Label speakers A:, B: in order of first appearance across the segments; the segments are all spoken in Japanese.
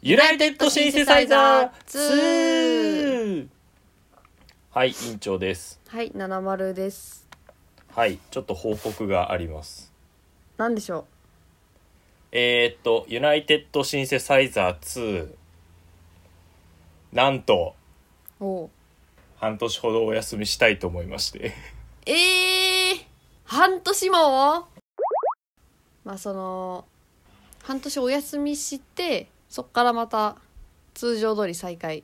A: ユナイテッドシンセサイザー 2! はい、院長です。
B: はい、七丸です。
A: はい、ちょっと報告があります。
B: なんでしょ
A: えー、っと、ユナイテッドシンセサイザー2、なんと、
B: う。おう
A: 半年ほどお休みしたいと思いまして。
B: えー、半年も。まあ、その。半年お休みして、そっからまた。通常通り再開。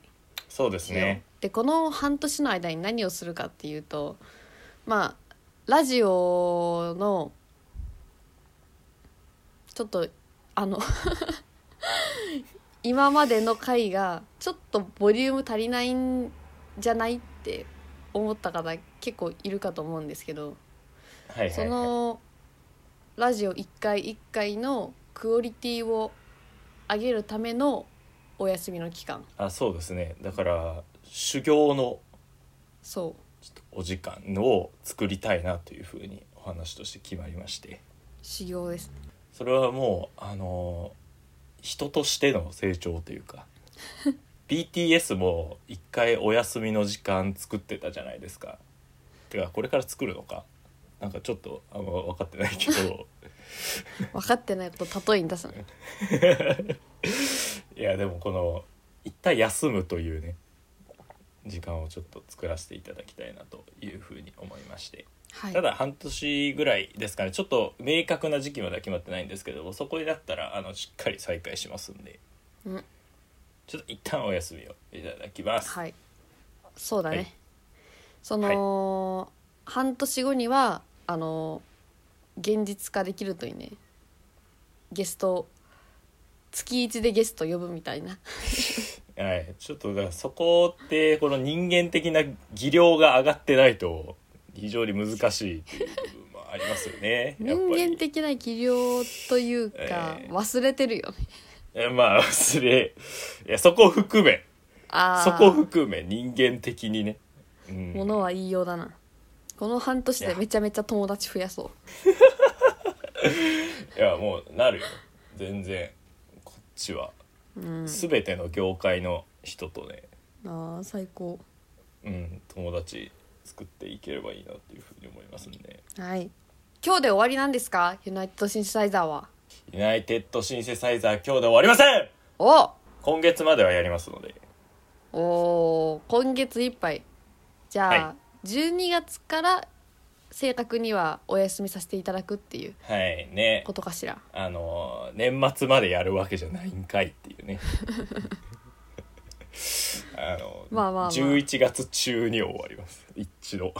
A: そうですね。
B: で、この半年の間に何をするかっていうと。まあ、ラジオの。ちょっと、あの。今までの回がちょっとボリューム足りないんじゃないって思った方結構いるかと思うんですけど
A: はいは
B: そ
A: い、は
B: のラジオ1回1回のクオリティを上げるためのお休みの期間
A: い。あ、そうですね。だから、修行の
B: そう
A: お時間を作りたいなというふうにお話として決まりまして。
B: 修行です
A: それはもうあの人としての成長というか BTS も一回お休みの時間作ってたじゃないですかてかこれから作るのかなんかちょっとあんま分かってないけど
B: 分かってないこと例えに出すの
A: いやでもこの一旦休むというね時間をちょっと作らせていただきたいなというふうに思いまして
B: はい
A: ただ半年ぐらいですかねちょっと明確な時期までは決まってないんですけどもそこになったらあのしっかり再開しますんで
B: うん
A: ちょっと一旦お休みをいただきます。
B: はいそうだね、
A: はい
B: その、半年後にはあの現実化できるといいねゲスト月一でゲスト呼ぶみたいな
A: はい、ちょっとだからそこってこの人間的な技量が上がってないと非常に難しいっていう部分もありますよね。や
B: 人
A: っぱり
B: 間的な技量というか、
A: えー
B: 忘れてるよね
A: えまあ忘れいやそこ含め
B: あ
A: そこ含め人間的にね。うん
B: ものは言いようだなこの半年でめちゃめちゃ友達増やそう
A: いやもうなるよ全然こっちは、全ての業界の人とね、
B: あー最高
A: うん、友達作っていければいいなっていうふうに思いますんで
B: はい今日で終わりなんですかユナイテッドシンセサイザーは
A: ユナイテッドシンセサイザー今日で終わりません
B: お
A: 今月まではやりますので
B: おー今月いっぱいじゃあ、
A: は
B: 12月から正確にはお休みさせていただくっていう
A: はいね
B: ことかしら
A: あのー年末までやるわけじゃないんかいって いうねあの
B: まあまあまあ
A: 11月中に終わります一度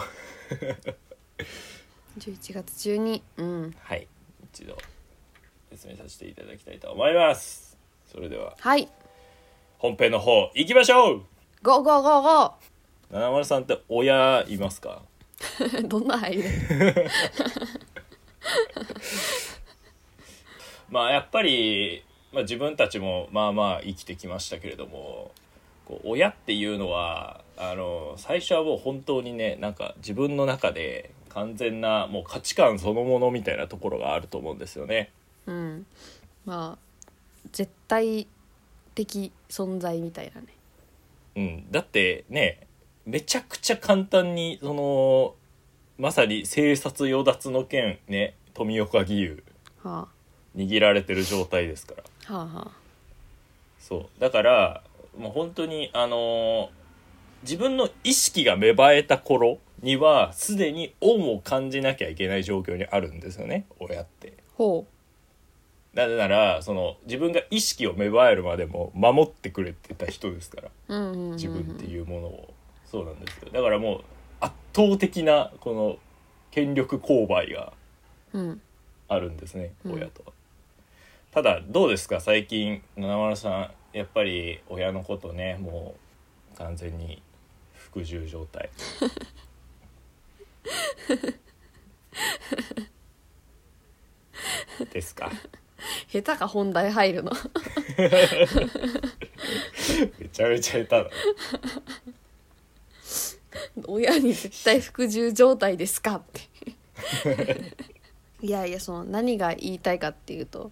B: 11月中にうん
A: はい一度説明させていただきたいと思いますそれでは
B: はい
A: 本編の方行きましょう
B: ゴーゴーゴーゴ
A: 七丸さんって親いますか
B: ー どんな入り
A: まあやっぱり、まあ、自分たちもまあまあ生きてきましたけれどもこう親っていうのはあの最初はもう本当にねなんか自分の中で完全なもう価値観そのものみたいなところがあると思うんですよね。
B: うんまあ絶対的存在みたいなね
A: うん、だってねめちゃくちゃ簡単にそのまさに生殺与奪の件ね富岡義勇
B: は
A: 握られてる状態ですから。
B: あはあはあ
A: そうだからもう本当にあのー自分の意識が芽生えた頃にはすでに恩を感じなきゃいけない状況にあるんですよね親って。
B: ほ
A: なぜならその自分が意識を芽生えるまでも守ってくれてた人ですから
B: ううんうんうんうん
A: 自分っていうものを、そうなんですよだからもう圧倒的なこの権力勾配が
B: うん
A: あるんですね
B: うん
A: 親とは、ただどうですか最近七丸さんやっぱり親のことねもう完全に服従状 態ですか
B: 下手か本題入るの
A: めちゃめちゃ下手だ
B: 親に絶対服従状態ですかっていやいやその何が言いたいかっていうと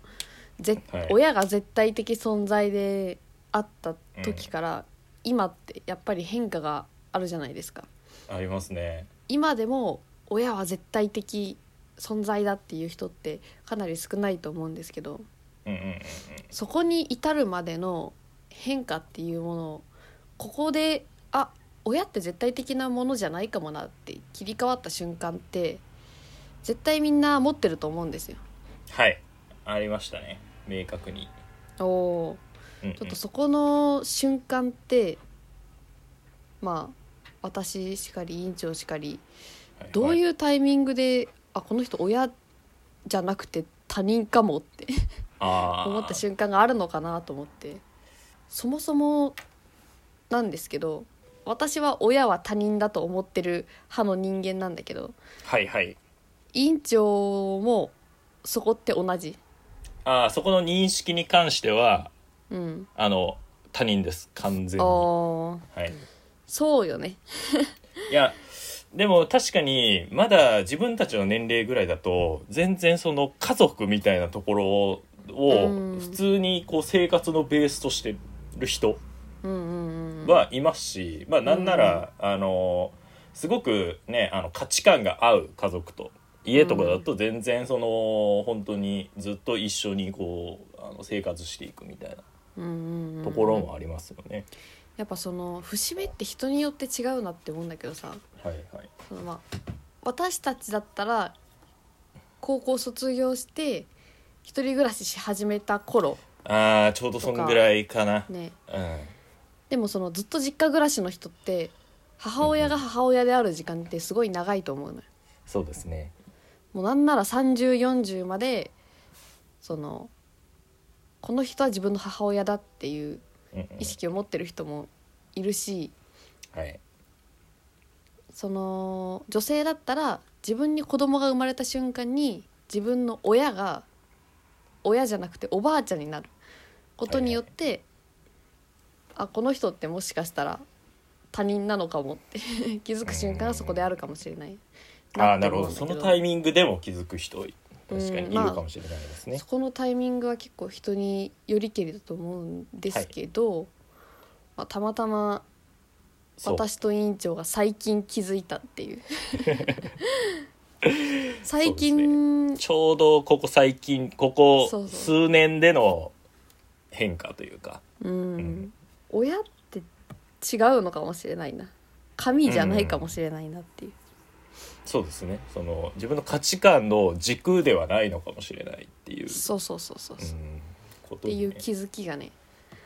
B: ぜ、
A: はい
B: 親が絶対的存在であった時から、今ってやっぱり変化があるじゃないですか
A: ありますね
B: 今でも親は絶対的存在だっていう人ってかなり少ないと思うんですけど
A: うんうんうんうん
B: そこに至るまでの変化っていうものをここであ親って絶対的なものじゃないかもなって切り替わった瞬間って絶対みんな持ってると思うんですよ。
A: はいありましたね明確に、
B: おー
A: うんうん
B: ちょっとそこの瞬間ってまあ私しかり委員長しかり
A: はい
B: どう
A: はい
B: いうタイミングであこの人親じゃなくて他人かもって
A: あー
B: 思った瞬間があるのかなと思ってそもそもなんですけど私は親は他人だと思ってる派の人間なんだけど
A: はいはい
B: 委員長もそこって同じ。
A: あーそこの認識に関しては
B: うん、
A: あの他人です完全に、は
B: ああ
A: い、
B: そうよね。
A: いやでも確かにまだ自分たちの年齢ぐらいだと全然その家族みたいなところを
B: うん
A: 普通にこう生活のベースとしてる人
B: うんうんうん、
A: はいますし、まあなんなら、あのすごくねあの価値観が合う家族と家とかだと全然その本当にずっと一緒にこうあの生活していくみたい
B: うんうんうん
A: なところもありますよね。
B: やっぱその節目って人によって違うなって思うんだけどさ
A: はいはい、
B: そのまあ私たちだったら高校卒業して一人暮らしし始めた頃
A: ああちょうどそのぐらいかな。
B: ね
A: うん
B: でもそのずっと実家暮らしの人って母親が母親である時間ってすごい長いと思うのよ。
A: そうですね。
B: もうなんなら3040までそのこの人は自分の母親だっていう
A: うんうん
B: 意識を持ってる人もいるし、
A: はい。
B: その女性だったら自分に子供が生まれた瞬間に自分の親が親じゃなくておばあちゃんになることによって、あこの人ってもしかしたら他人なのかもって 気づく瞬間がそこであるかもしれない
A: ああなるほどそのタイ
B: ミ
A: ミングでも気づく人確か
B: うん
A: にい
B: まあ
A: るかもしれないですね
B: そ。このタイミングは結構人によりけりだと思うんですけど、まあ、たまたま
A: そう
B: 私と委員長が最近気づいたっ ていう最近
A: ちょうどここ最近ここ
B: そうそう
A: 数年での変化というか
B: うん、
A: ん
B: 親って違うのかもしれないな神じゃないかもしれないなっていう、
A: そうですねその自分の価値観の軸ではないのかもしれないっていう、
B: そうそうそうそう
A: う
B: そう、っ
A: ん、こと
B: て
A: に、
B: い
A: ね、
B: う気づきがね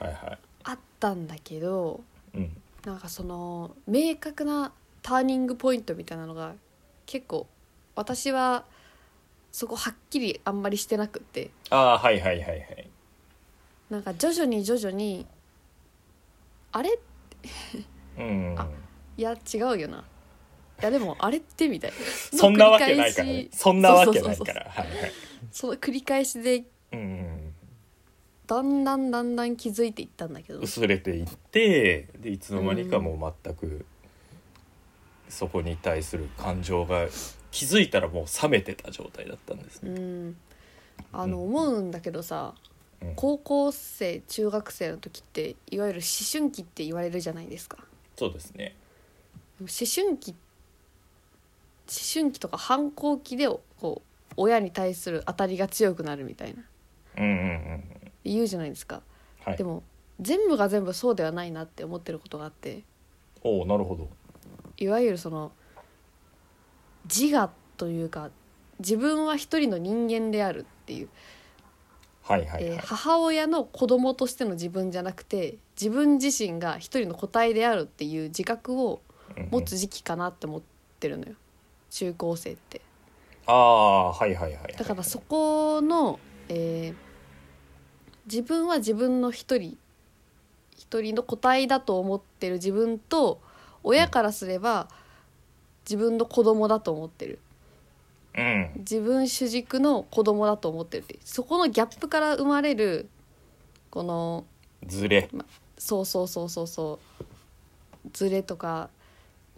A: はいは
B: あったんだけど
A: い、うん、
B: なんかその明確なターニングポイントみたいなのが結構私はそこはっきりあんまりしてなくって
A: ああはいはいはいはい
B: なんか徐々に徐々にあれ
A: うん
B: あいや違うよないやでもあれってみたいな
A: そんなわけないからねそんなわけない
B: そうそうそうそ
A: か
B: う
A: らはいはい
B: その繰り返しで
A: うんうん
B: だんだんだんだん気づいていったんだけど
A: 薄れていってでいつの間にかもう全くそこに対する感情が気づいたらもう冷めてた状態だったんです
B: う
A: ね。
B: んあの
A: うん
B: 思うんだけどさ
A: うん
B: 高校生中学生の時っていわゆる思春期って言われるじゃないですか
A: そうですね。
B: 思春期思春期とか反抗期でこう親に対する当たりが強くなるみたいな
A: うんうんうん。
B: 言うじゃないですか
A: はい
B: で。も全部が全部そうではないなって思ってることがあって
A: おおなるほど。
B: いわゆるその自我というか自分は一人の人間であるっていう、
A: はいはいはい。
B: えー母親の子供としての自分じゃなくて自分自身が一人の個体であるっていう自覚を
A: うんうん
B: 持つ時期かなって思ってるのよ中高生って。
A: ああはいはいはいはい。
B: だからそこの、えー自分は自分の一人一人の個体だと思ってる自分と親からすれば自分の子供だと思ってる
A: うん
B: 自分主軸の子供だと思ってるってそこのギャップから生まれるこの
A: ずれ。
B: そうそうそうそうそうズレとか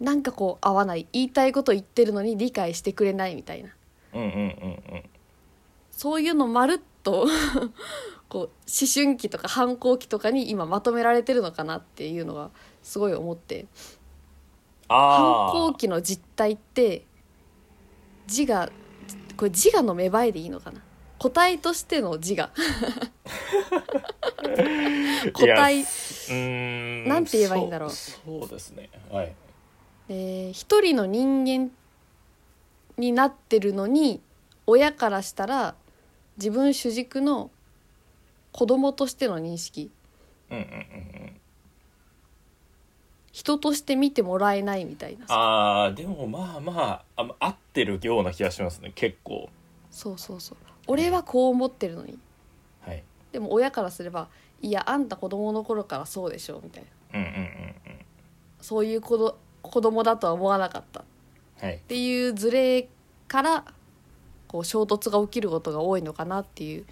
B: なんかこう合わない言いたいこと言ってるのに理解してくれないみたいな
A: うんうんうんうん。
B: そういうのまるっと こう思春期とか反抗期とかに今まとめられてるのかなっていうのはすごい思って反
A: あ
B: 抗期の実態って自我これ自我の芽生えでいいのかな個体としての自我
A: あ
B: 個体な
A: なん
B: て言えばいいんだろう
A: そうそうですねはい
B: えー一人の人間になってるのに親からしたら自分主軸の子供としての認識
A: うんうんうんうん
B: 人として見てもらえないみたいな
A: あーでもまあまああ合ってるような気がしますね結構
B: そうそうそう俺はこう思ってるのに
A: はい
B: でも親からすれば「いやあんた子供の頃からそうでしょ」みたいな
A: うんうんうんうん
B: そういう子ど子供だとは思わなかったっ
A: はい
B: ていうズレからこう衝突が起きることが多いのかなっていう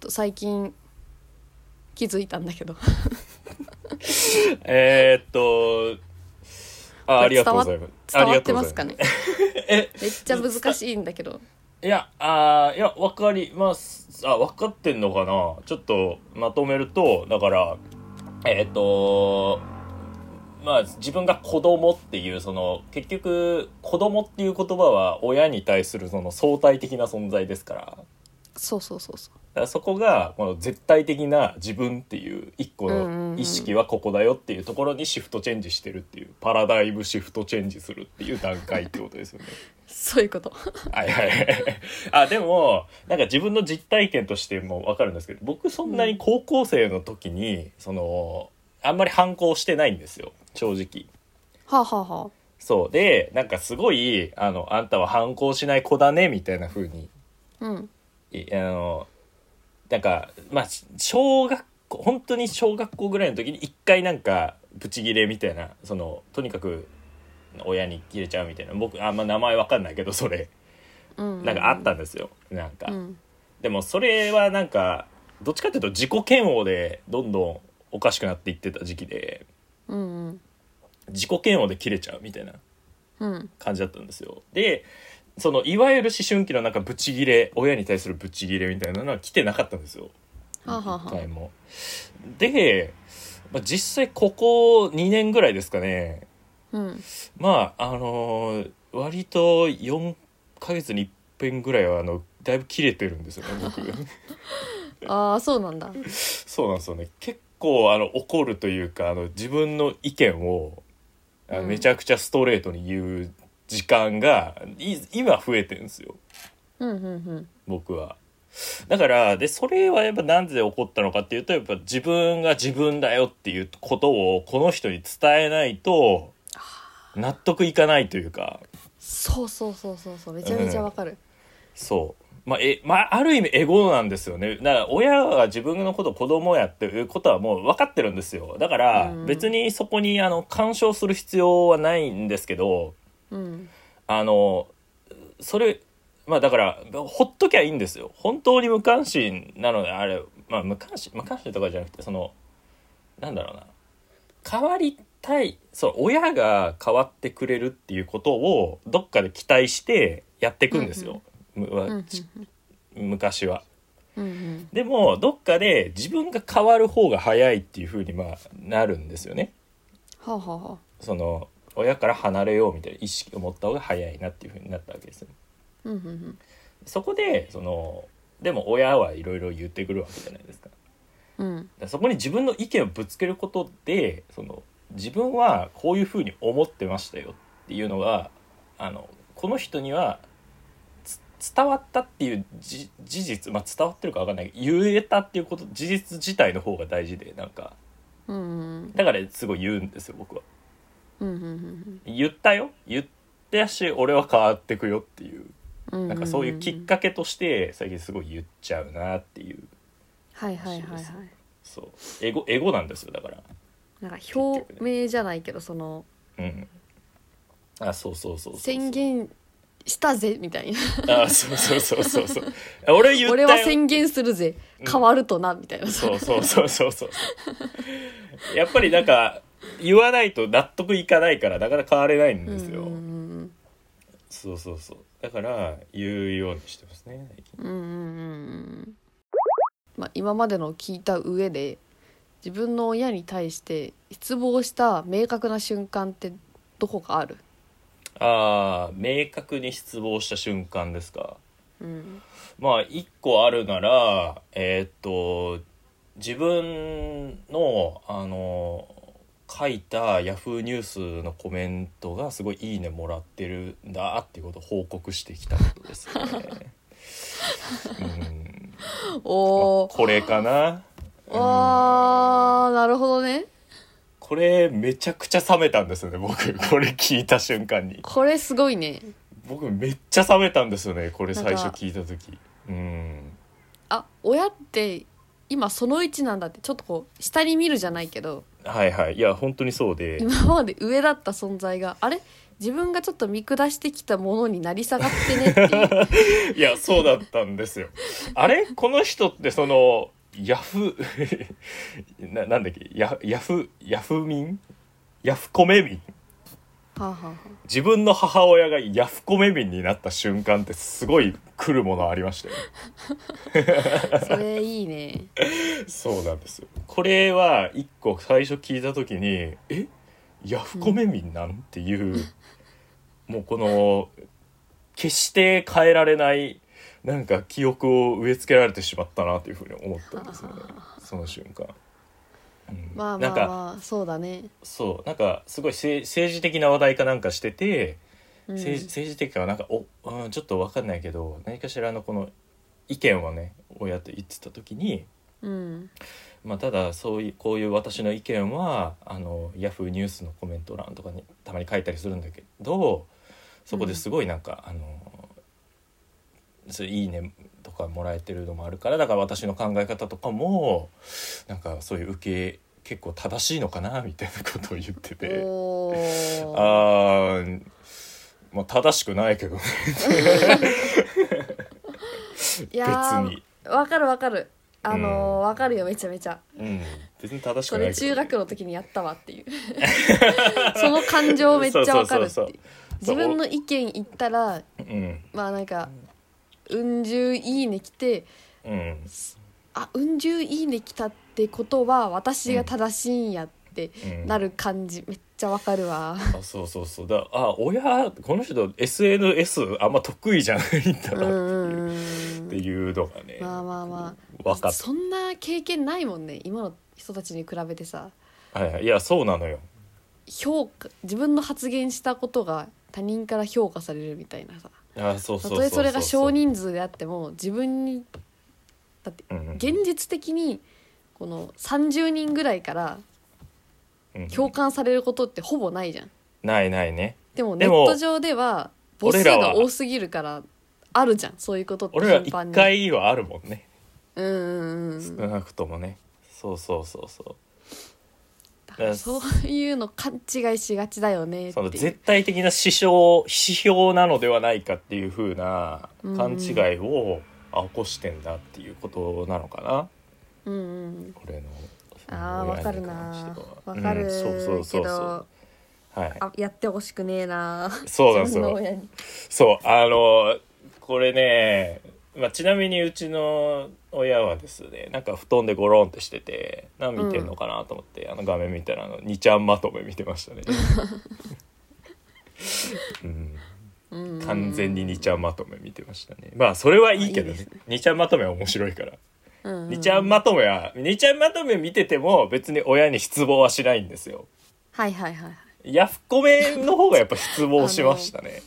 B: と最近気づいたん だけど
A: えー、っとあありがとうございますあ
B: 伝
A: り
B: わっ
A: がと
B: て
A: うご
B: ま
A: ざい
B: すかね
A: え
B: めっちゃ難しいんだけど
A: いや、あーいや、わかります。あ、わかってんのかなちょっとまとめると、だから、えっ、と、まあ、自分が子供っていう、その、結局、子供っていう言葉は親に対するその相対的な存在ですから、だか
B: そうそうそうそう
A: らそこが、この絶対的な自分っていう一個
B: うんうんう
A: の
B: ん
A: 意識はここだよっていうところにシフトチェンジしてるっていう、パラダイムシフトチェンジするっていう段階ってことですよね。
B: そういうこと
A: はいはい。あ、でも、なんか自分の実体験としてもわかるんですけど、僕そんなに高校生の時に、その、あんまり反抗してないんですよ、正直。
B: はあ、はあは
A: そう。で、なんかすごい、あの、あんたは反抗しない子だね、みたいな風に、
B: あ、うん
A: いあの、なんか、まあ、し小学校、本当に小学校ぐらいの時に一回なんか、ブチギレみたいな、その、とにかく、親に切れちゃうみたいな、僕、あんま名前わかんないけど、それ、
B: うん
A: なんかあったんですよ、なんか。
B: うん
A: でもそれはなんかどっちかっていうと自己嫌悪でどんどんおかしくなっていってた時期で
B: うんうん
A: 自己嫌悪で切れちゃうみたいな
B: うん
A: 感じだったんですよでそのいわゆる思春期のなんかブチギレ親に対するブチギレみたいなのは来てなかったんですよ
B: はあはあはあ
A: 一回もで、まあ、実際ここ2年ぐらいですかね
B: うん
A: まああのー割と4ヶ月に一遍ぐらいはあのだいぶ切れてるんですよね僕
B: ああそうなんだ
A: そうなんですよね結構あの怒るというかあの自分の意見をあ
B: うん
A: めちゃくちゃストレートに言う時間が、い今増えてるんですよ
B: うんうんうん
A: 僕は。だからでそれはやっぱ何で怒ったのかっていうとやっぱ自分が自分だよっていうことをこの人に伝えないと納得いかないというか
B: そうそうそうそうそうめちゃめちゃわかる、
A: そう。まあ、え、まあ、ある意味エゴなんですよね。だから、親は自分のことを子供やっていうことはもう分かってるんですよ。だから
B: うん、
A: 別にそこに、あの、干渉する必要はないんですけど、
B: うん
A: あの、それ、まあ、だから、ほっときゃいいんですよ。本当に無関心なので、あれ、まあ、無関心、無関心とかじゃなくて、その、なんだろうな。変わりたい、そう、親が変わってくれるっていうことを、どっかで期待してやっていくんですよ。むわ
B: うんうん
A: 昔は
B: うんうん
A: でもどっかで自分が変わる方が早いっていう風にまあなるんですよね
B: はあはあはあ
A: その親から離れようみたいな意識を持った方が早いなっていう風になったわけですよ
B: うんうんうん
A: そこでそのでも親はいろいろ言ってくるわけじゃないですかだか
B: うん
A: らそこに自分の意見をぶつけることでその自分はこういう風に思ってましたよっていうのがあのこの人にはつ伝わったっていうじ事実、まあ、伝わってるか分かんないけど言えたっていうこと事実自体の方が大事でなんか
B: うんうん
A: だからすごい言うんですよ僕は
B: うんうん
A: 言ったよ言ったし俺は変わってくよっていう
B: うん
A: なんかそういうきっかけとして最近すごい言っちゃうなっていう
B: はいはいはいはい
A: そうエゴエゴなんですよだから
B: なんか表明じゃないけどその
A: うんあそうそうそうそう
B: 宣言したぜみたいな
A: あそうそうそうそうそう俺は言ったよ
B: 俺は宣言するぜ変わるとなみたいな
A: そうそうそうそうそうやっぱりなんか言わないと納得いかないからなかなか変われないんですよ、
B: うんうん
A: そうそうそうだから言うようにしてますね最近
B: うんうんうんうんまあ、今までのを聞いた上で自分の親に対して失望した明確な瞬間ってどこかある、
A: ああ明確に失望した瞬間ですか
B: うん
A: まあ一個あるならえーっと自分のあの書いたヤフーニュースのコメントがすごいいいねもらってるんだっていうことを報告してきたことですね。うん
B: おー
A: これかな
B: あーなるほどね
A: これめちゃくちゃ冷めたんですよね僕これ聞いた瞬間に
B: これすごいね
A: 僕めっちゃ冷めたんですよねこれ最
B: なん
A: 初
B: か
A: 聞いた時うん
B: あ親って今その位置なんだってちょっとこう下に見るじゃないけど
A: はいはいいや本当にそうで
B: 今まで上だった存在があれ自分がちょっと見下してきたものになり下がってね っていう
A: いやそうだったんですよあれこの人ってそのヤフー ななんだっけヤヤフヤフ民ヤフコメ民
B: はあ、はあはあ、
A: 自分の母親がヤフコメ民になった瞬間ってすごい来るものありましたよ
B: それいいね
A: そうなんですよこれは一個最初聞いた時に「えヤフコメ民なん?」て いうもうこの決して変えられないなんか記憶を植え付けられてしまったなというふうに思ったんですよねその瞬間。うん
B: まあま
A: な
B: あ
A: んか
B: まあそうだね、
A: そうなんかすごいせい政治的な話題かなんかしてて、
B: うん、
A: 政治政治的かはなんかお、うん、ちょっと分かんないけど何かしらのこの意見をね親と言ってた時に
B: うん
A: まあ、ただそういうこういう私の意見はあのヤフーニュースのコメント欄とかにたまに書いたりするんだけどそこですごいなんか、あのそれいいねとかもらえてるのもあるからだから私の考え方とかもなんかそういう受け結構正しいのかなみたいなことを言ってて
B: お
A: あ
B: ー
A: ーまあ正しくないけどね
B: い
A: 別
B: やー
A: に、
B: わかるわかるあのー
A: うん
B: わ、かるよめちゃめちゃ
A: うん、別に正し
B: そ
A: くな
B: れ
A: いけ
B: 中
A: ど、ね、
B: 学の時にやったわっ ていうその感情めっちゃわかるってい
A: そううそうそう
B: 自
A: そう
B: 分の意見言ったら
A: うん
B: まあなんか「うん十いいね」来て
A: うん
B: 「あうん十いいね」来たってことは私が正しいんやって
A: うん、
B: なる感じ、めっちゃわかるわ
A: あそうそうそうだあ親この人 SNS あんま得意じゃないんだ
B: うんう
A: なっ
B: んうん
A: ていうのがね、
B: まあまあま
A: 分か
B: あ
A: っ
B: そんな経験ないもんね今の人たちに比べてさ
A: た、はいはい、いやそうなのよ
B: 評価自分の発言したことが他人から評価されるみたいなさ
A: あそうそ
B: た
A: うそう
B: と
A: そう
B: えそれが少人数であっても自分にだって
A: うんうん
B: 現実的にこの30人ぐらいから
A: うん
B: 共感されることってほぼないじゃん
A: ないないね
B: でもネ
A: で
B: ッ
A: も
B: ト上では母数
A: 俺らは
B: が多すぎるからあるじゃんそういうことって
A: 俺ら
B: 頻繁
A: 一
B: に
A: 回はあるもんね
B: うんうんう
A: 少
B: ん
A: なくともねそうそうそうそう
B: だからそういうの勘違いしがちだよねって
A: そ
B: い
A: の
B: う
A: 絶対的な指標指標なのではないかっていう風な
B: うん
A: 勘違いをあ起こしてんだっていうことなのかな、
B: うんうん
A: 俺の
B: あー
A: 親
B: わ
A: に
B: かる
A: 関して
B: な
A: は
B: わか
A: う
B: る
A: んそうそうそ
B: け
A: うそう
B: ど
A: はい
B: あやってほしくねえな
A: そうなんです
B: 自分の
A: よ
B: 親に
A: そうあのこれね、まあ、ちなみにうちの親はですねなんか布団でゴロンってしてて何見てんのかなと思って、あの画面見たらあの2ちゃんまとめ見てま したね、うん、
B: うんうんうん
A: 完全に2ちゃんまとめ見てましたねまあそれはいいけど
B: あいい
A: ね
B: で
A: 2ちゃんまとめは面白いから
B: うんうんうん
A: 2ちゃんまとめは2ちゃんまとめ見てても別に親に失望はしないんですよ
B: はいはいはいはい
A: ヤフコメの方がやっぱ失望しましたね。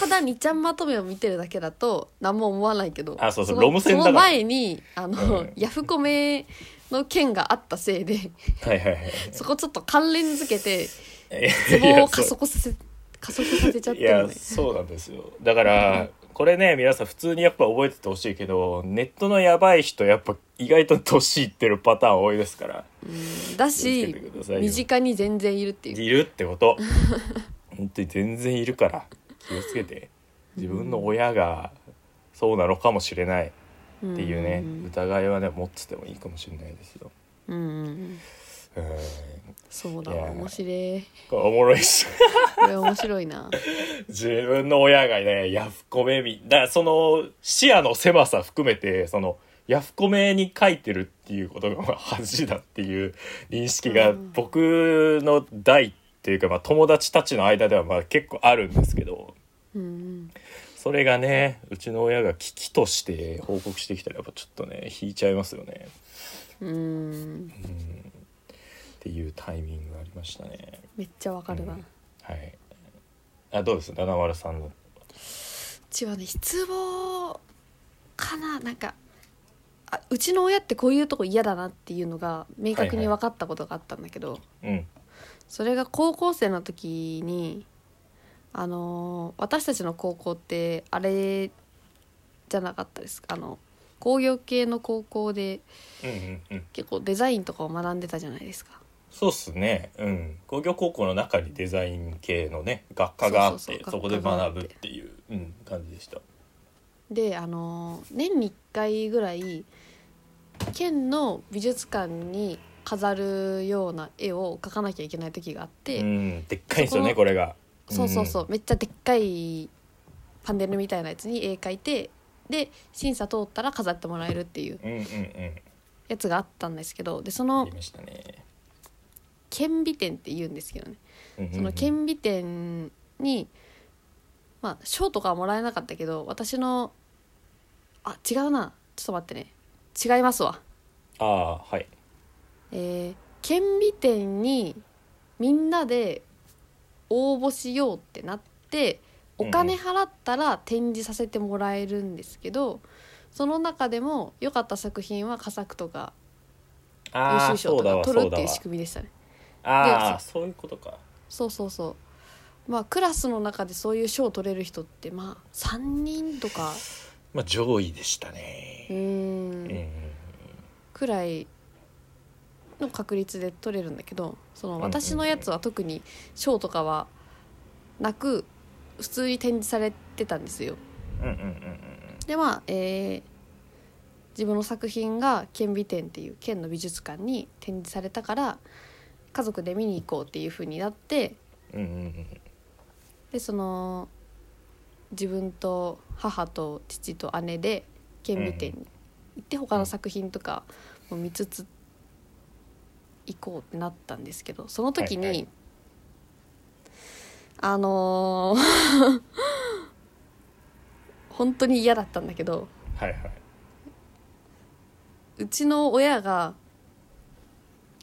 B: ただにちゃんまとめを見てるだけだと何も思わないけど
A: あそうそう
B: の
A: ロム線だから
B: その前にあの、
A: うん
B: ヤフコメの件があったせいで
A: はいはいはい。
B: そこちょっと関連づけて
A: 失
B: ツボを加速させ加速させちゃって
A: い
B: る
A: や
B: ね
A: そうなんですよだからこれね皆さん普通にやっぱ覚えててほしいけどネットのやばい人やっぱ意外と年いってるパターン多いですから
B: うんだ
A: 気をつ
B: し
A: けてくださいよ
B: 身近に全然いるっていう
A: いるってこと 本当に全然いるから気をつけて自分の親がそうなのかもしれない
B: っ
A: っていうね疑いはね持っててもいいかもしれないですよ。
B: うんうんうん
A: うん
B: そうだ
A: いや
B: わ面白い
A: これおもろいっす
B: これ面白いな
A: 自分の親がねヤフコメ民だからその視野の狭さ含めてそのヤフコメに書いてるっていうことが恥だっていう認識が
B: うん
A: 僕の代っていうか、まあ、友達たちの間ではまあ結構あるんですけど
B: うん
A: それがねうちの親が危機として報告してきたらやっぱちょっとね引いちゃいますよね
B: うんうん
A: っていうタイミングがありましたね。
B: めっちゃわかるな、
A: う
B: うん
A: はい、あどうです七丸さんの
B: ちはね失望かななんかあうちの親ってこういうとこ嫌だなっていうのが明確に分かったことがあったんだけど、
A: うん
B: それが高校生の時にあのー私たちの高校ってあれじゃなかったですあの工業系の高校で
A: うんうんうん
B: 結構デザインとかを学んでたじゃないですか
A: そうっすね、うん、工業高校の中にデザイン系のね学科があってそ
B: そうそうそう
A: こで
B: 学科があっ
A: 学
B: て
A: ぶっていう、うん、感じでした
B: であのー年に1回ぐらい県の美術館に飾るような絵を描かなきゃいけない時があって、
A: うんでっかいんですよね
B: そこ
A: こ
B: の
A: れが
B: そうそうそう、
A: ん
B: めっちゃでっかいパネルみたいなやつに絵描いてで審査通ったら飾ってもらえるっていう
A: うんうんうん
B: やつがあったんですけどでそ
A: あ
B: の
A: りましたね、
B: 顕微点って言うんですけどね
A: うんうんうん
B: その顕微点にまあ賞とかはもらえなかったけど私のあ違うなちょっと待ってね違いますわ
A: ああはい
B: えー、顕微点にみんなで応募しようってなってお金払ったら展示させてもらえるんですけど、その中でも良かった作品は佳作とか優
A: ああ
B: 秀賞
A: そう
B: と
A: だ
B: か
A: わ
B: 取
A: そ
B: る
A: う
B: って
A: だ
B: いう
A: わ
B: 仕組みでしたね
A: ああそういうことか
B: そうそうそうまあクラスの中でそういう賞を取れる人ってまあ3人とか
A: まあ上位でした
B: う
A: ねうんん
B: くらいの確率で取れるんだけどその
A: んうんうん
B: 私のやつは特に賞とかはなく普通に展示されてたんですよ。
A: うんうんうんうん
B: でまあ、えー自分の作品が県美展っていう県の美術館に展示されたから家族で見に行こうっていう風になって
A: うんうんうん
B: でその自分と母と父と姉で顕微店に行って他の作品とかも見つつ行こうってなったんですけどその時に、
A: はいはい
B: あのー 本当に嫌だったんだけど
A: はいはいう
B: ちの親が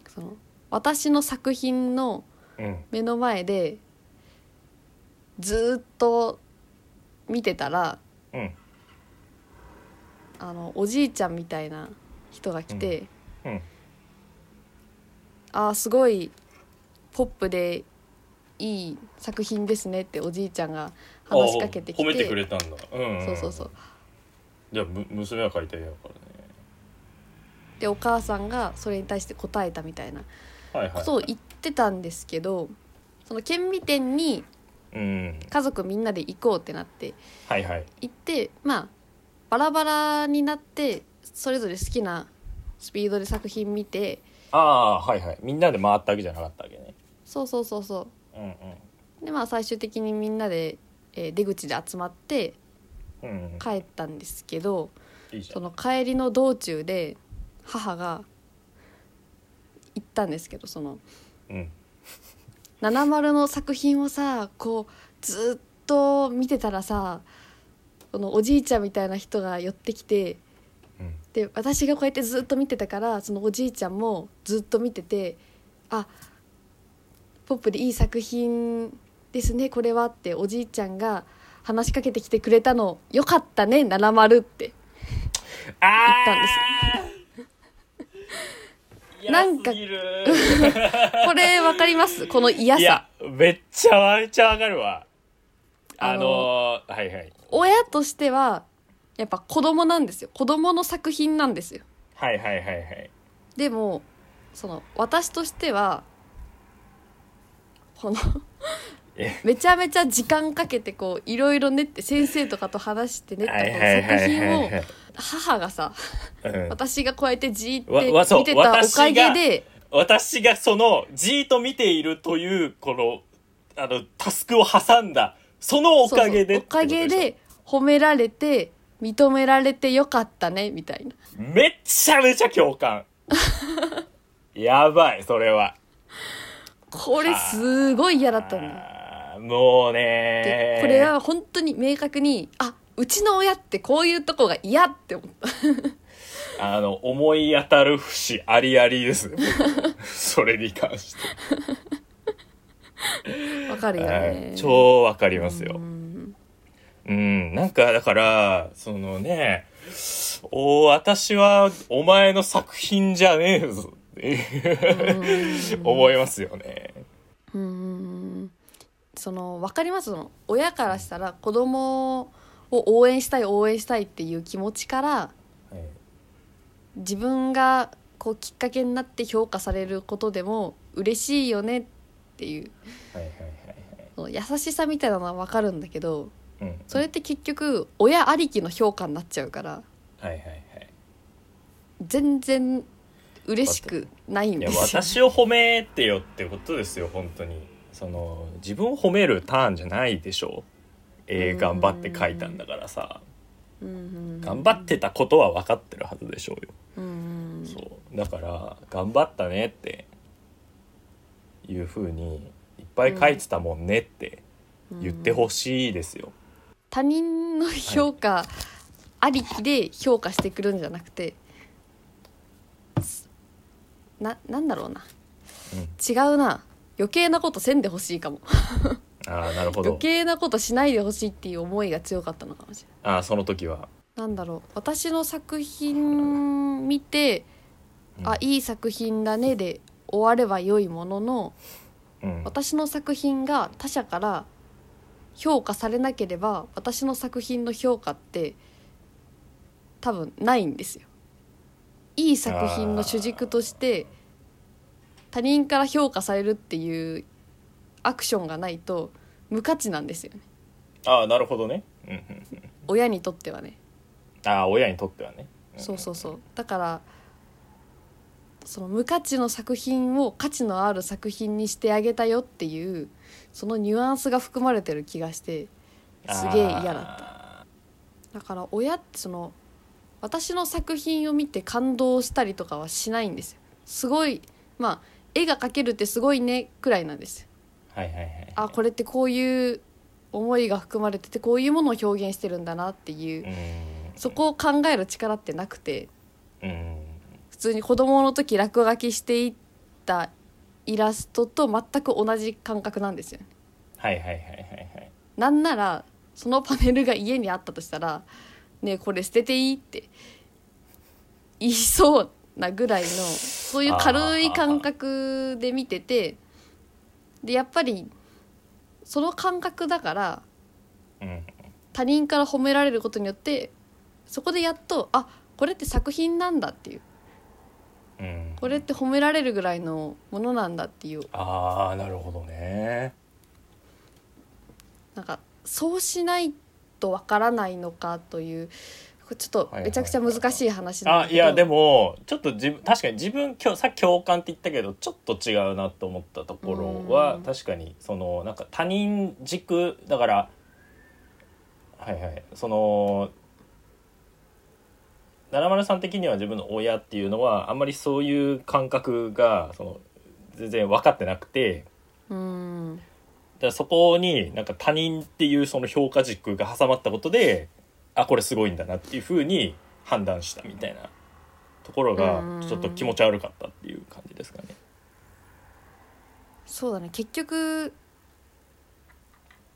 B: その私の作品の
A: うん
B: 目の前でずーっと見てたら
A: うん
B: あのおじいちゃんみたいな人が来て、
A: うんうん
B: あーすごいポップでいい作品ですねっておじいちゃんが話しかけてきて
A: ああ褒めてくれたんだうん、うん、
B: そうそうそう
A: じゃあむ娘は書いてやからね
B: でお母さんがそれに対して答えたみたいな
A: はいは
B: こ
A: い
B: とを言ってたんですけどその顕微店に
A: うん
B: 家族みんなで行こうってなって
A: はいはい
B: 行ってまあバラバラになってそれぞれ好きなスピードで作品見て
A: ああはいはいみんなで回ったわけじゃなかったわけね
B: そうそうそうそう
A: うん
B: でまあ最終的にみんなで、えー出口で集まって
A: うんうんうん
B: 帰ったんですけど
A: いいじゃ
B: そ
A: ん
B: の帰りの道中で母が行ったんですけどその
A: うん
B: 「七丸の作品をさこうずっと見てたらさこのおじいちゃんみたいな人が寄ってきて
A: うん
B: で私がこうやってずっと見てたからそのおじいちゃんもずっと見ててあポップでいい作品ですねこれはっておじいちゃんが話しかけてきてくれたのよかったね七丸って
A: あ
B: たんです
A: ー
B: なんか
A: 嫌すぎる
B: これわかりますこの嫌
A: い
B: さ
A: やめっちゃめっちゃわかるわあ
B: あ
A: の
B: の
A: ー、はいはい
B: 親としてはやっぱ子供なんですよ子供の作品なんですよ
A: はいはいはいはい
B: でもその私としてはこの
A: え
B: めちゃめちゃ時間かけてこういろいろ練って先生とかと話して練った
A: は
B: こ
A: い
B: の
A: はいは
B: 作
A: い
B: 品
A: はい
B: を母がさ
A: はいうん
B: 私がこうやってじー
A: わわ
B: っ
A: そ
B: て
A: う
B: 見てたお
A: 私が
B: かげで
A: 私がそのじーっと見ているというこのあのタスクを挟んだそのお
B: そうそう
A: かげで
B: おかげで褒められて認められてよかったねみたいな
A: めっちゃめちゃ共 感やばいそれは
B: これすごい嫌だったんだ
A: あーもうね
B: でこれは本当に明確にあうちの親ってこういうとこが嫌って思った
A: あの思い当たる節ありあり ですねそれに関して
B: わかるよ
A: は
B: ね
A: い超わかりますよ
B: うん
A: うん、なんかだから、そのね、お私はお前の作品じゃねえぞっていう 思いますよね。
B: うんうんうんその分かりますその親からしたら子供を応援したい応援したいっていう気持ちから自分がこうきっかけになって評価されることでも嬉しいよねっていう
A: はいはい
B: その優しさみたいなのは分かるんだけど
A: はい。うん、
B: それって結局親ありきの評価になっちゃうから
A: はいはいはい。
B: 全然嬉しくないん
A: い
B: で
A: や、
B: すよ。
A: 私を褒めてよってことですよ、本当に。その、自分を褒めるターンじゃないでしょえー頑張って書いたんだからさ、頑
B: 頑
A: 張ってたことは分かってるはずでしょうよ。
B: うん
A: そうだから頑張ったねっていう風にいっぱい書いてたもんねって言ってほしいですよ、
B: 他人の評価ありきで評価してくるんじゃなくてななんだろうな
A: うん
B: 違うな余計なことせんでほしいかも
A: ああなるほ
B: 余
A: ど
B: 計なことしないでほしいっていう思いが強かったのかもしれない
A: ああその時は、
B: なんだろう私の作品見て
A: うん
B: あいい作品だねで終われば良いものの
A: うん、
B: 私の作品が他者から評価されなければ私の作品の評価って多分ないんですよ。いい作品の主軸として他人から評価されるっていうアクションがないと無価値なんですよね
A: ああなるほどね、うんうんうん、
B: 親にとってはね。
A: ああ親にとってはね
B: そうそうそうだからその無価値の作品を価値のある作品にしてあげたよっていうそのニュアンスが含まれてる気がしてすげえ嫌だった
A: った
B: だから親ってその私の作品を見て感動したりとかはしないんですよすごいまあ絵が描けるってすごいねくらいなんですよ
A: はいはいはい
B: あこれってこういう思いが含まれててこういうものを表現してるんだなっていううんそこを考える力ってなくて
A: うん
B: 普通に子供の時落書きしていったイラストと全く同じ感覚なんですよね
A: はいはいはいはいはい
B: なんならそのパネルが家にあったとしたら「ねえこれ捨てていい?」って言いそうなぐらいのそういう軽い感覚で見ててでやっぱりその感覚だから
A: うん
B: 他人から褒められることによってそこでやっとあこれって作品なんだっていう
A: うん
B: これって褒められるぐらいのものなんだっていう
A: ああなるほどね
B: なんかそうしないとわからないのかというこれちょっとめちゃくちゃ難しい話なん
A: あ
B: だ
A: い
B: けど、
A: やでもちょっと自分確かに自分今日さっき共感って言ったけどちょっと違うなと思ったところは
B: うん
A: 確かにそのなんか他人軸だからはいはいその七丸さん的には自分の親っていうのはあんまりそういう感覚がその全然分かってなくて
B: うん
A: だからそこになんか他人っていうその評価軸が挟まったことであこれすごいんだなっていうふうに判断したみたいなところが
B: うん
A: ちょっと気持ち悪かったっていう感じですかね。
B: そうだね結局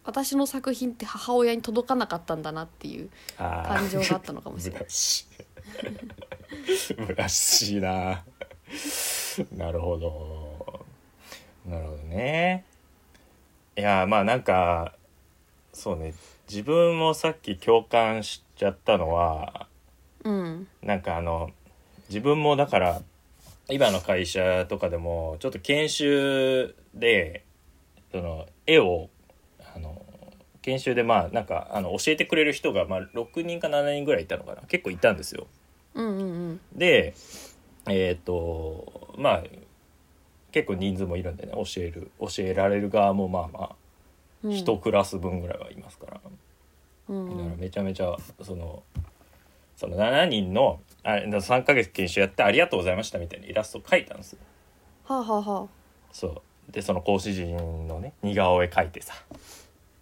B: 私の作品って母親に届かなかったんだなっていう
A: あ
B: 感情 があったのかもしれ
A: む
B: な
A: ら
B: い
A: しい。むらしいな。なるほど。なるほどね。いやまあなんかそうね自分もさっき共感しちゃったのは
B: うん
A: なんかあの自分もだから今の会社とかでもちょっと研修でその絵をあの研修でまあなんかあの教えてくれる人がまあ6人か7人ぐらいいたのかな結構いたんですよ。
B: うんうんうん
A: でえっ、とまあ結構人数もいるんでね教える教えられる側もまあま
B: う
A: あ
B: ん
A: 1クラス分ぐらいはいますから。
B: う
A: だから
B: ん
A: めちゃめちゃそのその7人のあ3ヶ月研修やってありがとうございましたみたいなイラスト描いたんですよ
B: はあはあは
A: そうでその講師陣のね似顔絵描いてさ
B: あ、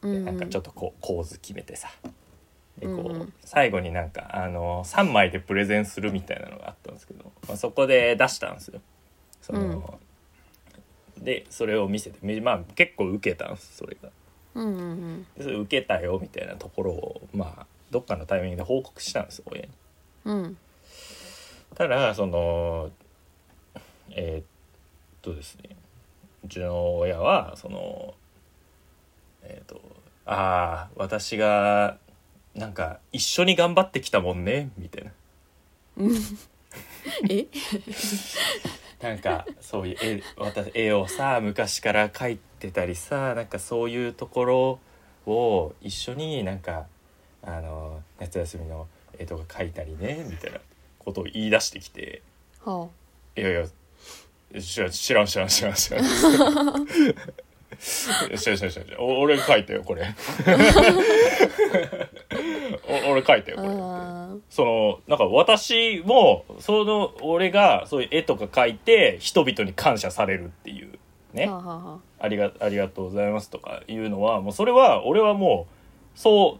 B: う
A: で
B: ん
A: なんかちょっ
B: と
A: とこう構図決めてさでこう、
B: うんうん
A: 最後になんかあの3枚でプレゼンするみたいなのがあったんですけど、まあ、そこで出したんですよ。そのでそれを見せてみまあ結構受けたんですそれが。
B: うんうんうん
A: でそれ受けたよみたいなところをまあどっかのタイミングで報告したんですよ親に。
B: うん
A: ただそのえーっとですねうちの親はそのえーっと「ああ私がなんか一緒に頑張ってきたもんね」みたいな
B: え
A: なんかそういう絵私絵をさ昔から描いてたりさなんかそういうところを一緒になんかあの夏休みの絵とか描いたりねみたいなことを言い出してきて。
B: はい
A: やいや、知らん、知らん、知らん、知らん、知らん。知らん、知らん、知らん知らん。お俺書いたよ、これ。お俺書いたよ、
B: あ
A: これ。
B: あ
A: その、なんか私も、その、俺が、そういう絵とか描いて、人々に感謝されるっていう、
B: ー
A: ね
B: はあ。はあはあ
A: ありが、ありがとうございますとかいうのは、もうそれは、俺はもう、そう、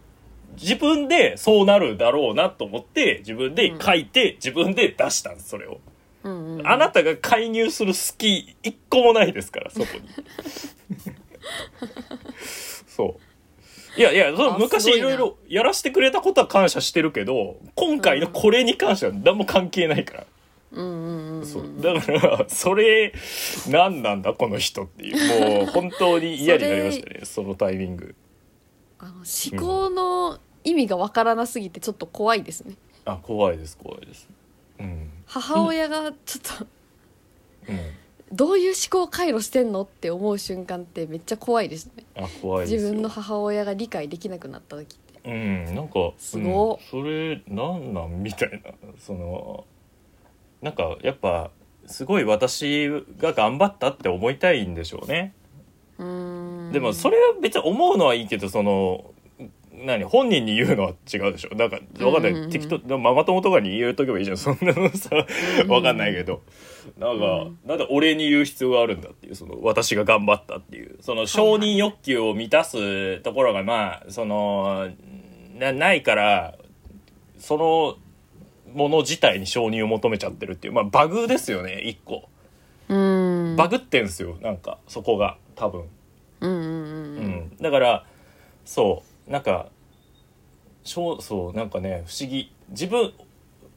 A: 自分でそうなるだろうなと思って、自分で書いて、自分で出したんです、それを。
B: うんうんうん
A: あなたが介入する隙一個もないですからそこ にそういやいやその
B: あ
A: 昔
B: すご
A: い
B: いな
A: ろいろやらせてくれたことは感謝してるけど今回のこれに関しては何も関係ないから、
B: うんうんうんうん
A: そうだからそれ何なんだこの人っていうもう本当に嫌になりましたねそのタイミング
B: あの思考の意味がわからなすぎてちょっと怖いですね
A: あ怖いです怖いですうん
B: 母親がちょっと
A: うん
B: どういう思考回路してんのって思う瞬間ってめっちゃ怖いですね
A: あ怖いです
B: 自
A: よ
B: 分の母親が理解できなくなった時って
A: うんなんか
B: すごっ
A: うんそれなんなんみたいなそのなんかやっぱすごい私が頑張ったって思いたいんでしょうね、
B: うーん
A: でもそれは別に思うのはいいけどその何本人に言うのは違うでしょなんかわかんない、
B: うんうんうん
A: 適当でもママ友とかに言うとけばいいじゃんそんなのさ
B: うん
A: わかんないけどなんか、
B: うん
A: なんで俺に言う必要があるんだっていうその私が頑張ったっていうその承認欲求を満たすところがまあそのなないからそのもの自体に承認を求めちゃってるっていうまあバグですよね一個
B: うーん
A: バグってんすよなんかそこが多分。
B: うんうんうん
A: う
B: うん
A: ん、だからそうなんかしょうそうなんかね不思議自分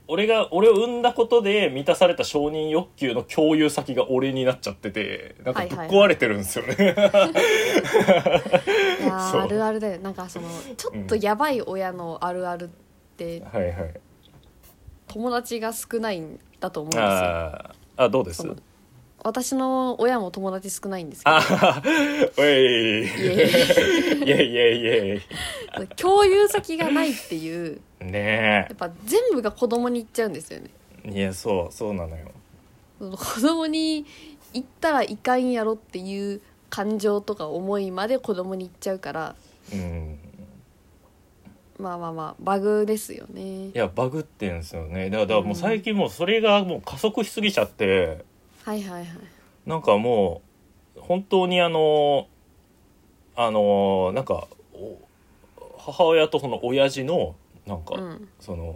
A: 俺が俺を産んだことで満たされた承認欲求の共有先が俺になっちゃっててなんかぶっ壊れてるんですよね。
B: いやー
A: そう
B: あるあるだよなんかそのちょっとやばい親のあるあるって
A: はいはい。
B: 友達が少ないんだと思うんですよ
A: あーあどうです
B: その私の親も友達少ないんですけど
A: あ おいイ
B: いえい
A: エイ
B: え
A: イエイイエ
B: 共有先がないっていう
A: イね
B: やっぱ全部が子供に行っちゃうんですよね
A: えいやそうそうなのよ。
B: その子供に行ったらいかんやろっていう感情とか思いまで子供に行っちゃうから
A: うん
B: まあまあまあバグですよね
A: いやバグってんですよねだからだからもう最近もうそれがもう加速しすぎちゃって。
B: はいはいはい
A: なんかもう本当にあのあのなんかお母親とその親父のなんか、
B: うん
A: その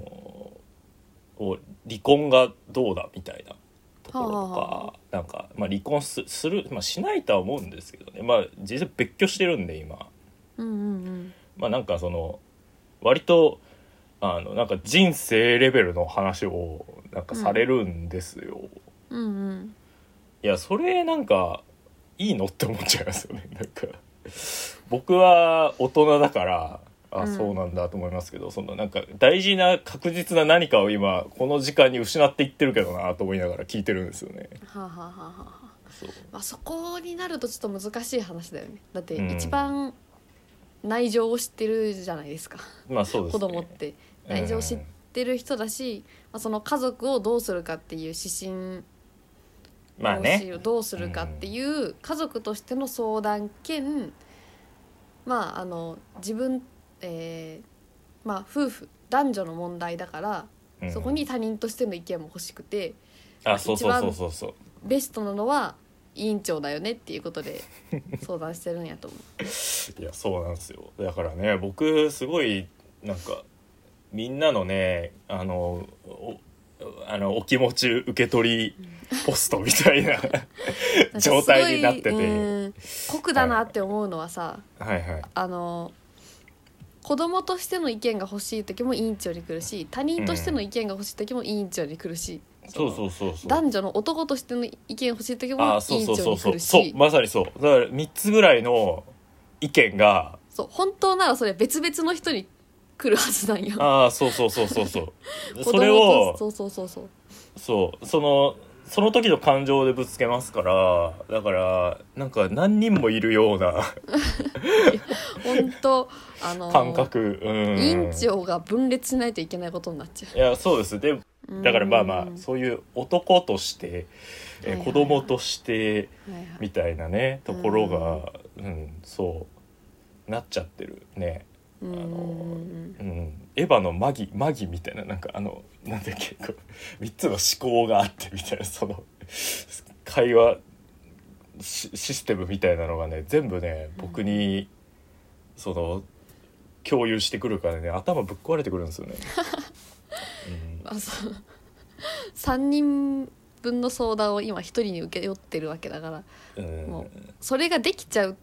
A: お離婚がどうだみたいなところとか、
B: はあはあは
A: なんか、まあ、離婚すする、まあ、しないとは思うんですけどねまあ実際別居してるんで今。
B: うんうんうん
A: まあなんかその割とあのなんか人生レベルの話をなんかされるんですよ。
B: うんうん
A: いやそれなんかいいのって思っちゃいますよね なんか僕は大人だからあ、
B: うん
A: そうなんだと思いますけどそのなんか大事な確実な何かを今この時間に失っていってるけどなと思いながら聞いてるんですよね。
B: はあ、はあはあはあ
A: そう
B: まあ、そこになるとちょっと難しい話だよねだって
A: うん
B: 一番内情を知ってるじゃないですか、
A: まあそうです
B: 子
A: ね。
B: 供って内情を知ってる人だし、まあ、その家族をどうするかっていう指針
A: うんまあね
B: をどうするかっていう家族としての相談兼まああの自分、えーまあ、夫婦男女の問題だから、
A: うん
B: そこに他人としての意見も欲しくて
A: あそうそうそうそうそう
B: ベストなのは委員長だよねっていうこと で相談してるんやと思う。
A: いやそうなんですよだからね僕すごいなんかみんなのねあのおあのお気持ち受け取りポストみた いな
B: んかすごい
A: 状態になってて
B: うん酷だなって思うのはさ、
A: はいはい
B: あの子供としての意見が欲しい時も委員長に来るし他人としての意見が欲しい時も委員長に来るし、
A: そう
B: う
A: そうそうそう
B: 男女の男としての意見欲しい時も
A: あ
B: 委
A: そう
B: 員
A: そう
B: 長
A: そう
B: に
A: そうそ
B: 来る
A: う
B: し
A: まさにそうだから3つぐらいの意見が
B: そう本当ならそれは別々の人に来るはずなんよ。
A: ああそうそうそうそうそう
B: 子
A: そ
B: 供
A: れを
B: とそうそうそうそう
A: そうそのその時の感情でぶつけますからだからなんか何人もいるような
B: 本当あの
A: 感覚、うん、
B: 委員長が分裂しないといけないことになっちゃ
A: いやそうですで
B: う
A: だからまあま
B: うん
A: あそういう男として、え
B: はいはい
A: 子供として
B: はいはい
A: みたいなねところが、うん、そうなっちゃってるね、
B: うんうんうん
A: うん、エヴァのマギマギみたいななんかあのなんだっけこう3つの思考があってみたいなその会話シシステムみたいなのがね全部ね僕に、その共有してくるからね頭ぶっ壊れてくるんですよ ね。うん
B: あそう3人分の相談を今1人に請け負ってるわけだから
A: うん
B: もうそれができちゃう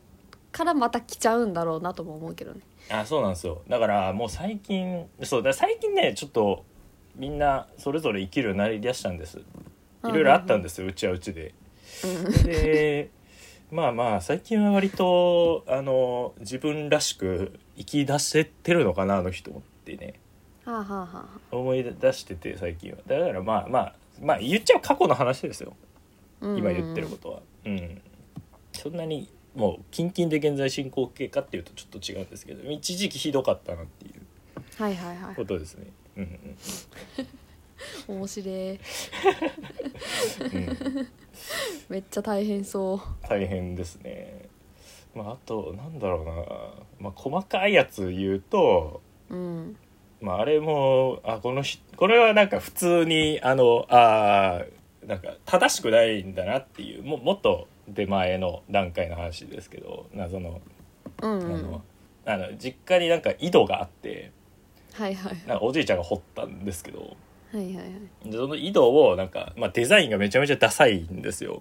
B: からまた来ちゃうんだろうなとも思うけどね。
A: あそうなんですよだからもう最近そうだから最近ねちょっとみんなそれぞれ生きるようになりだしたんですいろいろあったんですようちはうちで
B: うん
A: でまあまあ最近は割とあの自分らしく生き出せてるのかなあの人ってね
B: はあはあはあ。
A: 思い出してて最近はだからまあまあまあ言っちゃう過去の話ですよ
B: うん
A: 今言ってることはうんそんなにもう近々で現在進行形かっていうとちょっと違うんですけど一時期ひどかったなっていう
B: はいはいはい
A: こ。とですね。うん
B: 面白い。
A: うんうん、
B: めっちゃ大変そ
A: 大変ですね。まあ、あとなんだろうな、まあ、細かいやつ言うと、
B: う。うん。
A: まあ、あれもあこのひこれはなんか普通にあのあーなんか正しくないんだなっていうももっと出前の段階の話ですけど謎の
B: うん、
A: あ
B: う
A: の,、
B: ん。
A: あの実家になんか井戸があって
B: はいはい。
A: なんかおじいちゃんが掘ったんですけど
B: はいはいはい。
A: でその井戸をなんか、まあ、デザインがめちゃめちゃダサいんですよ。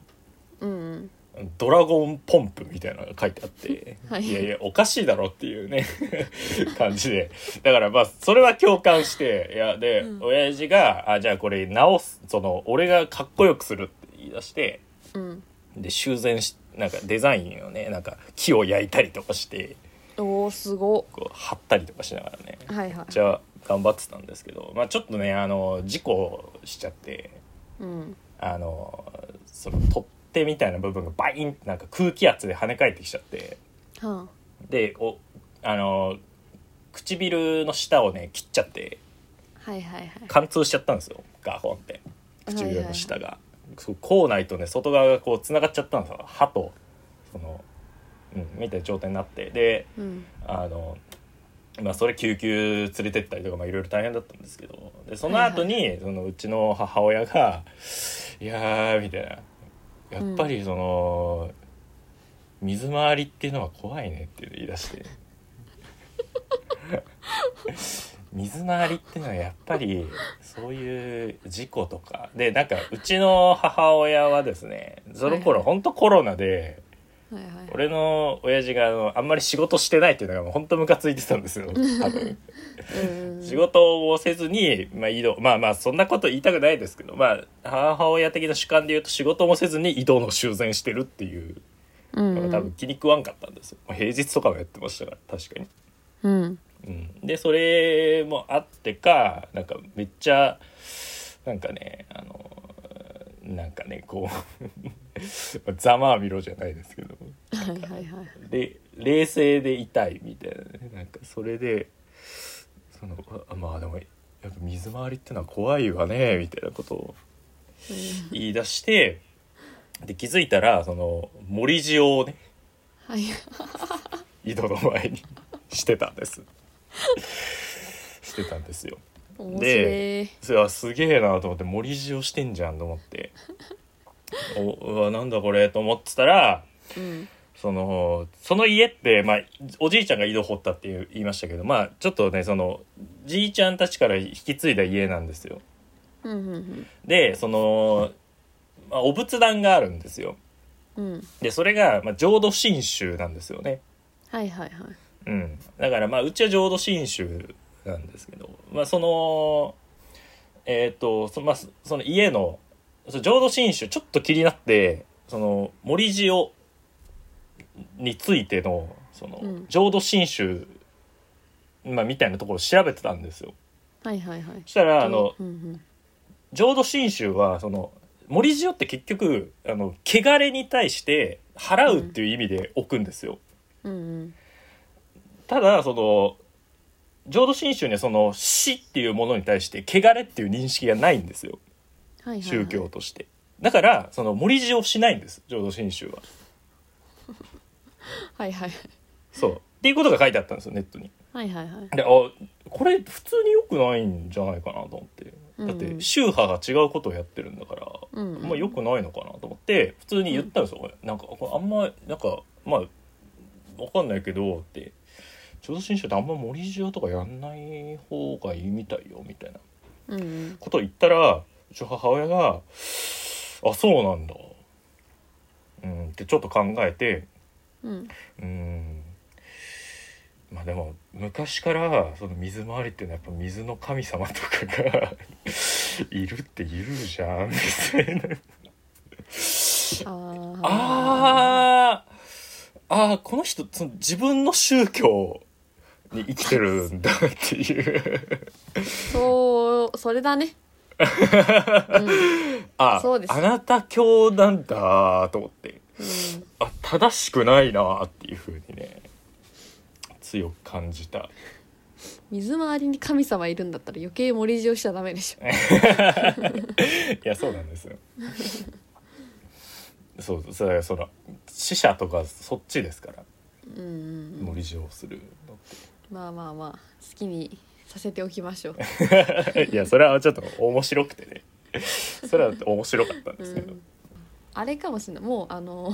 B: うんうん。
A: ドラゴンポンプみたいなのが書いてあって、
B: はい
A: やいやおかしいだろっていうね 感じでだからまあそれは共感していやで、
B: うん
A: 親父があじゃあこれ直すその俺がかっこよくするって言い出して
B: うん。
A: で修繕しなんかデザインをねなんか木を焼いたりとかして
B: おおすご。
A: こう貼ったりとかしながらね
B: はいはい。
A: じゃあ頑張ってたんですけど、まあ、ちょっとねあの事故しちゃって
B: うん。
A: あのその取っ手みたいな部分がバインってなんか空気圧で跳ね返ってきちゃって。
B: は
A: でおあの唇の下をね切っちゃって
B: あ。はいはいはい。
A: 貫通しちゃったんですよガホンって唇の
B: は
A: 下が、そう口内とね外側がこうつながっちゃったんですよ歯とその、うん、みたいな状態になってで
B: いはい。うん。
A: あのまあそれ救急連れてったりとかまあいろいろ大変だったんですけどでその後に、そのうちの母親が「いやー」みたいな「やっぱりその、水回りっていうのは怖いね」って言い出して 「水回りっていうのはやっぱりそういう事故とかでなんかうちの母親はですねその
B: はいは
A: 頃
B: い
A: 本当コロナで。
B: はいはい。
A: 俺の親父があのあんまり仕事してないっていうのがもう本当ムカついてたんです よ多分
B: うんうん。
A: 仕事をせずに、まあ、移動まあまあそんなこと言いたくないですけどまあ母親的な主観で言うと仕事もせずに移動の修繕してるっていう
B: うん
A: の
B: う
A: が
B: ん。
A: 多分気に食わんかったんですよ、まあ平日とかもやってましたから確かに、
B: うん。
A: うん、でそれもあってかなんかめっちゃなんかねあのなんかねこう ざまあみろじゃないですけど
B: はいはいはい。
A: で冷静でいたいみたいなねなんかそれでそのあまあでもやっぱ水回りってのは怖いわねみたいなことを言い出してで気づいたらその森塩をね
B: はい。
A: 井戸の前にしてたんです。してたんですよ。
B: 面白い
A: それはすげえなと思って盛り塩してんじゃんと思っておうわなんだこれと思ってたら
B: うん
A: そのその家って、まあ、おじいちゃんが井戸掘ったっていう言いましたけどまあちょっとねそのじいちゃんたちから引き継いだ家なんですよ。
B: うんうん
A: でその、まあ、お仏壇があるんですよ。
B: うんうん
A: でそれが、まあ、浄土真宗なんですよね。
B: はいはいはい
A: うん、だからまあうちは浄土真宗なんですけど、まあ、そのえっ、とそ,、まあ、そその家のその浄土真宗ちょっと気になってその森塩についてのその、
B: うん
A: 浄土真宗、まあ、みたいなところを調べてたんですよ。
B: はいはいはい
A: そしたらあの
B: うんうん
A: 浄土真宗はその森塩って結局あの汚れに対して払うっていう意味で置くんですよ。
B: うんうん
A: ただその浄土真宗にはその死っていうものに対して汚れっていう認識がないんですよ
B: はいはいはい
A: 宗教として、だからその盛り塩をしないんです浄土真宗は
B: はいはい
A: そうっていうことが書いてあったんですよネットに
B: はいはいはい
A: であこれ普通に良くないんじゃないかなと思ってだっ
B: うんう
A: て
B: ん
A: 宗派が違うことをやってるんだから、
B: うんうん
A: まあ良くないのかなと思って普通に言ったんですよ、これなんかこれあんまなんかまあわかんないけどって浄土真宗ってあんま森塩とかやんない方がいいみたいよみたいな
B: うんうん
A: ことを言ったらうちの母親が「あそうなんだ」うんってちょっと考えて
B: うん
A: うんまあでも昔からその水回りっていうのはやっぱ水の神様とかが いるって言うじゃんみたいな。
B: ああ
A: あーあーこの人その自分の宗教に生きてるんだっていう
B: そうそれだねうん
A: あ
B: そうです
A: あなた教なんだと思って
B: うん
A: あ正しくないなっていうふうにね強く感じた
B: 水回りに神様いるんだったら余計盛り塩しちゃダメでしょ
A: いやそうなんですよ そうそれその死者とかそっちですから
B: うんうんうん
A: 盛り塩をするの って
B: まあまあまあ好きにさせておきましょう
A: いやそれはちょっと面白くてねそれは面白かったん
B: う
A: ですけど、
B: んあれかもしれないもうあの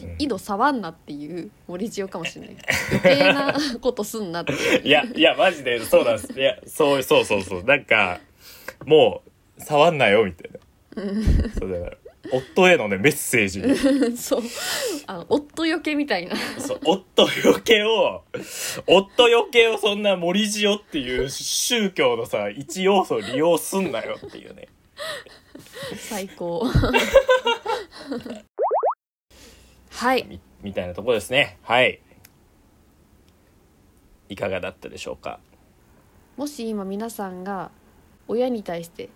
A: うん
B: 井戸サバンナっていう森塩かもしれない余計なことすん なって
A: いやいやマジでそうなんですいやそうそうそうそうなんかもう触んなよみたいなそうだから夫へのねメッセージに
B: そうあの夫よけみたいな
A: そう夫よけを夫よけをそんな森塩っていう宗教のさ一要素を利用すんなよっていうね
B: 最 高はい
A: みみたいなとこですねはいいかがだったでしょうか
B: もし今皆さんが親に対して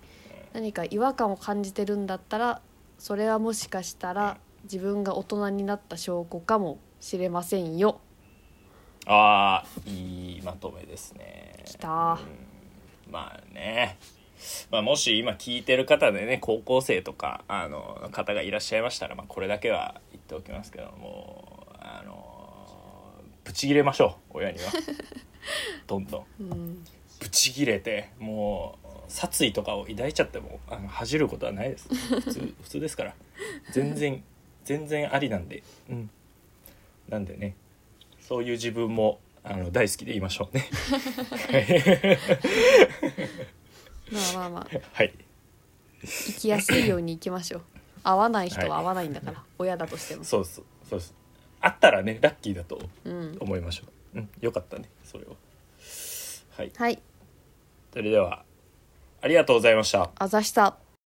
B: 何か違和感を感じてるんだったらそれはもしかしたら自分が大人になった証拠かもしれませんよ
A: あーいいまとめですね
B: きた
A: まあね、まあ、もし今聞いてる方でね高校生とかあの方がいらっしゃいましたら、まあ、これだけは言っておきますけどもあのぶち切れましょう親にはどんどん
B: うん
A: ぶち切れてもう殺意とかを抱いちゃってもあの恥じることはないです普通 普通ですから全然全然ありなんでうんなんでねそういう自分もあの大好きでいましょうね
B: まあまあまあ
A: はい
B: 生きやすいように生きましょう合わない人は合わないんだから、親だとしても
A: そうそうそうですあったらねラッキーだと
B: うん
A: 思いましょううんよかったねそれははい
B: はい
A: それではありがとうございました
B: あざした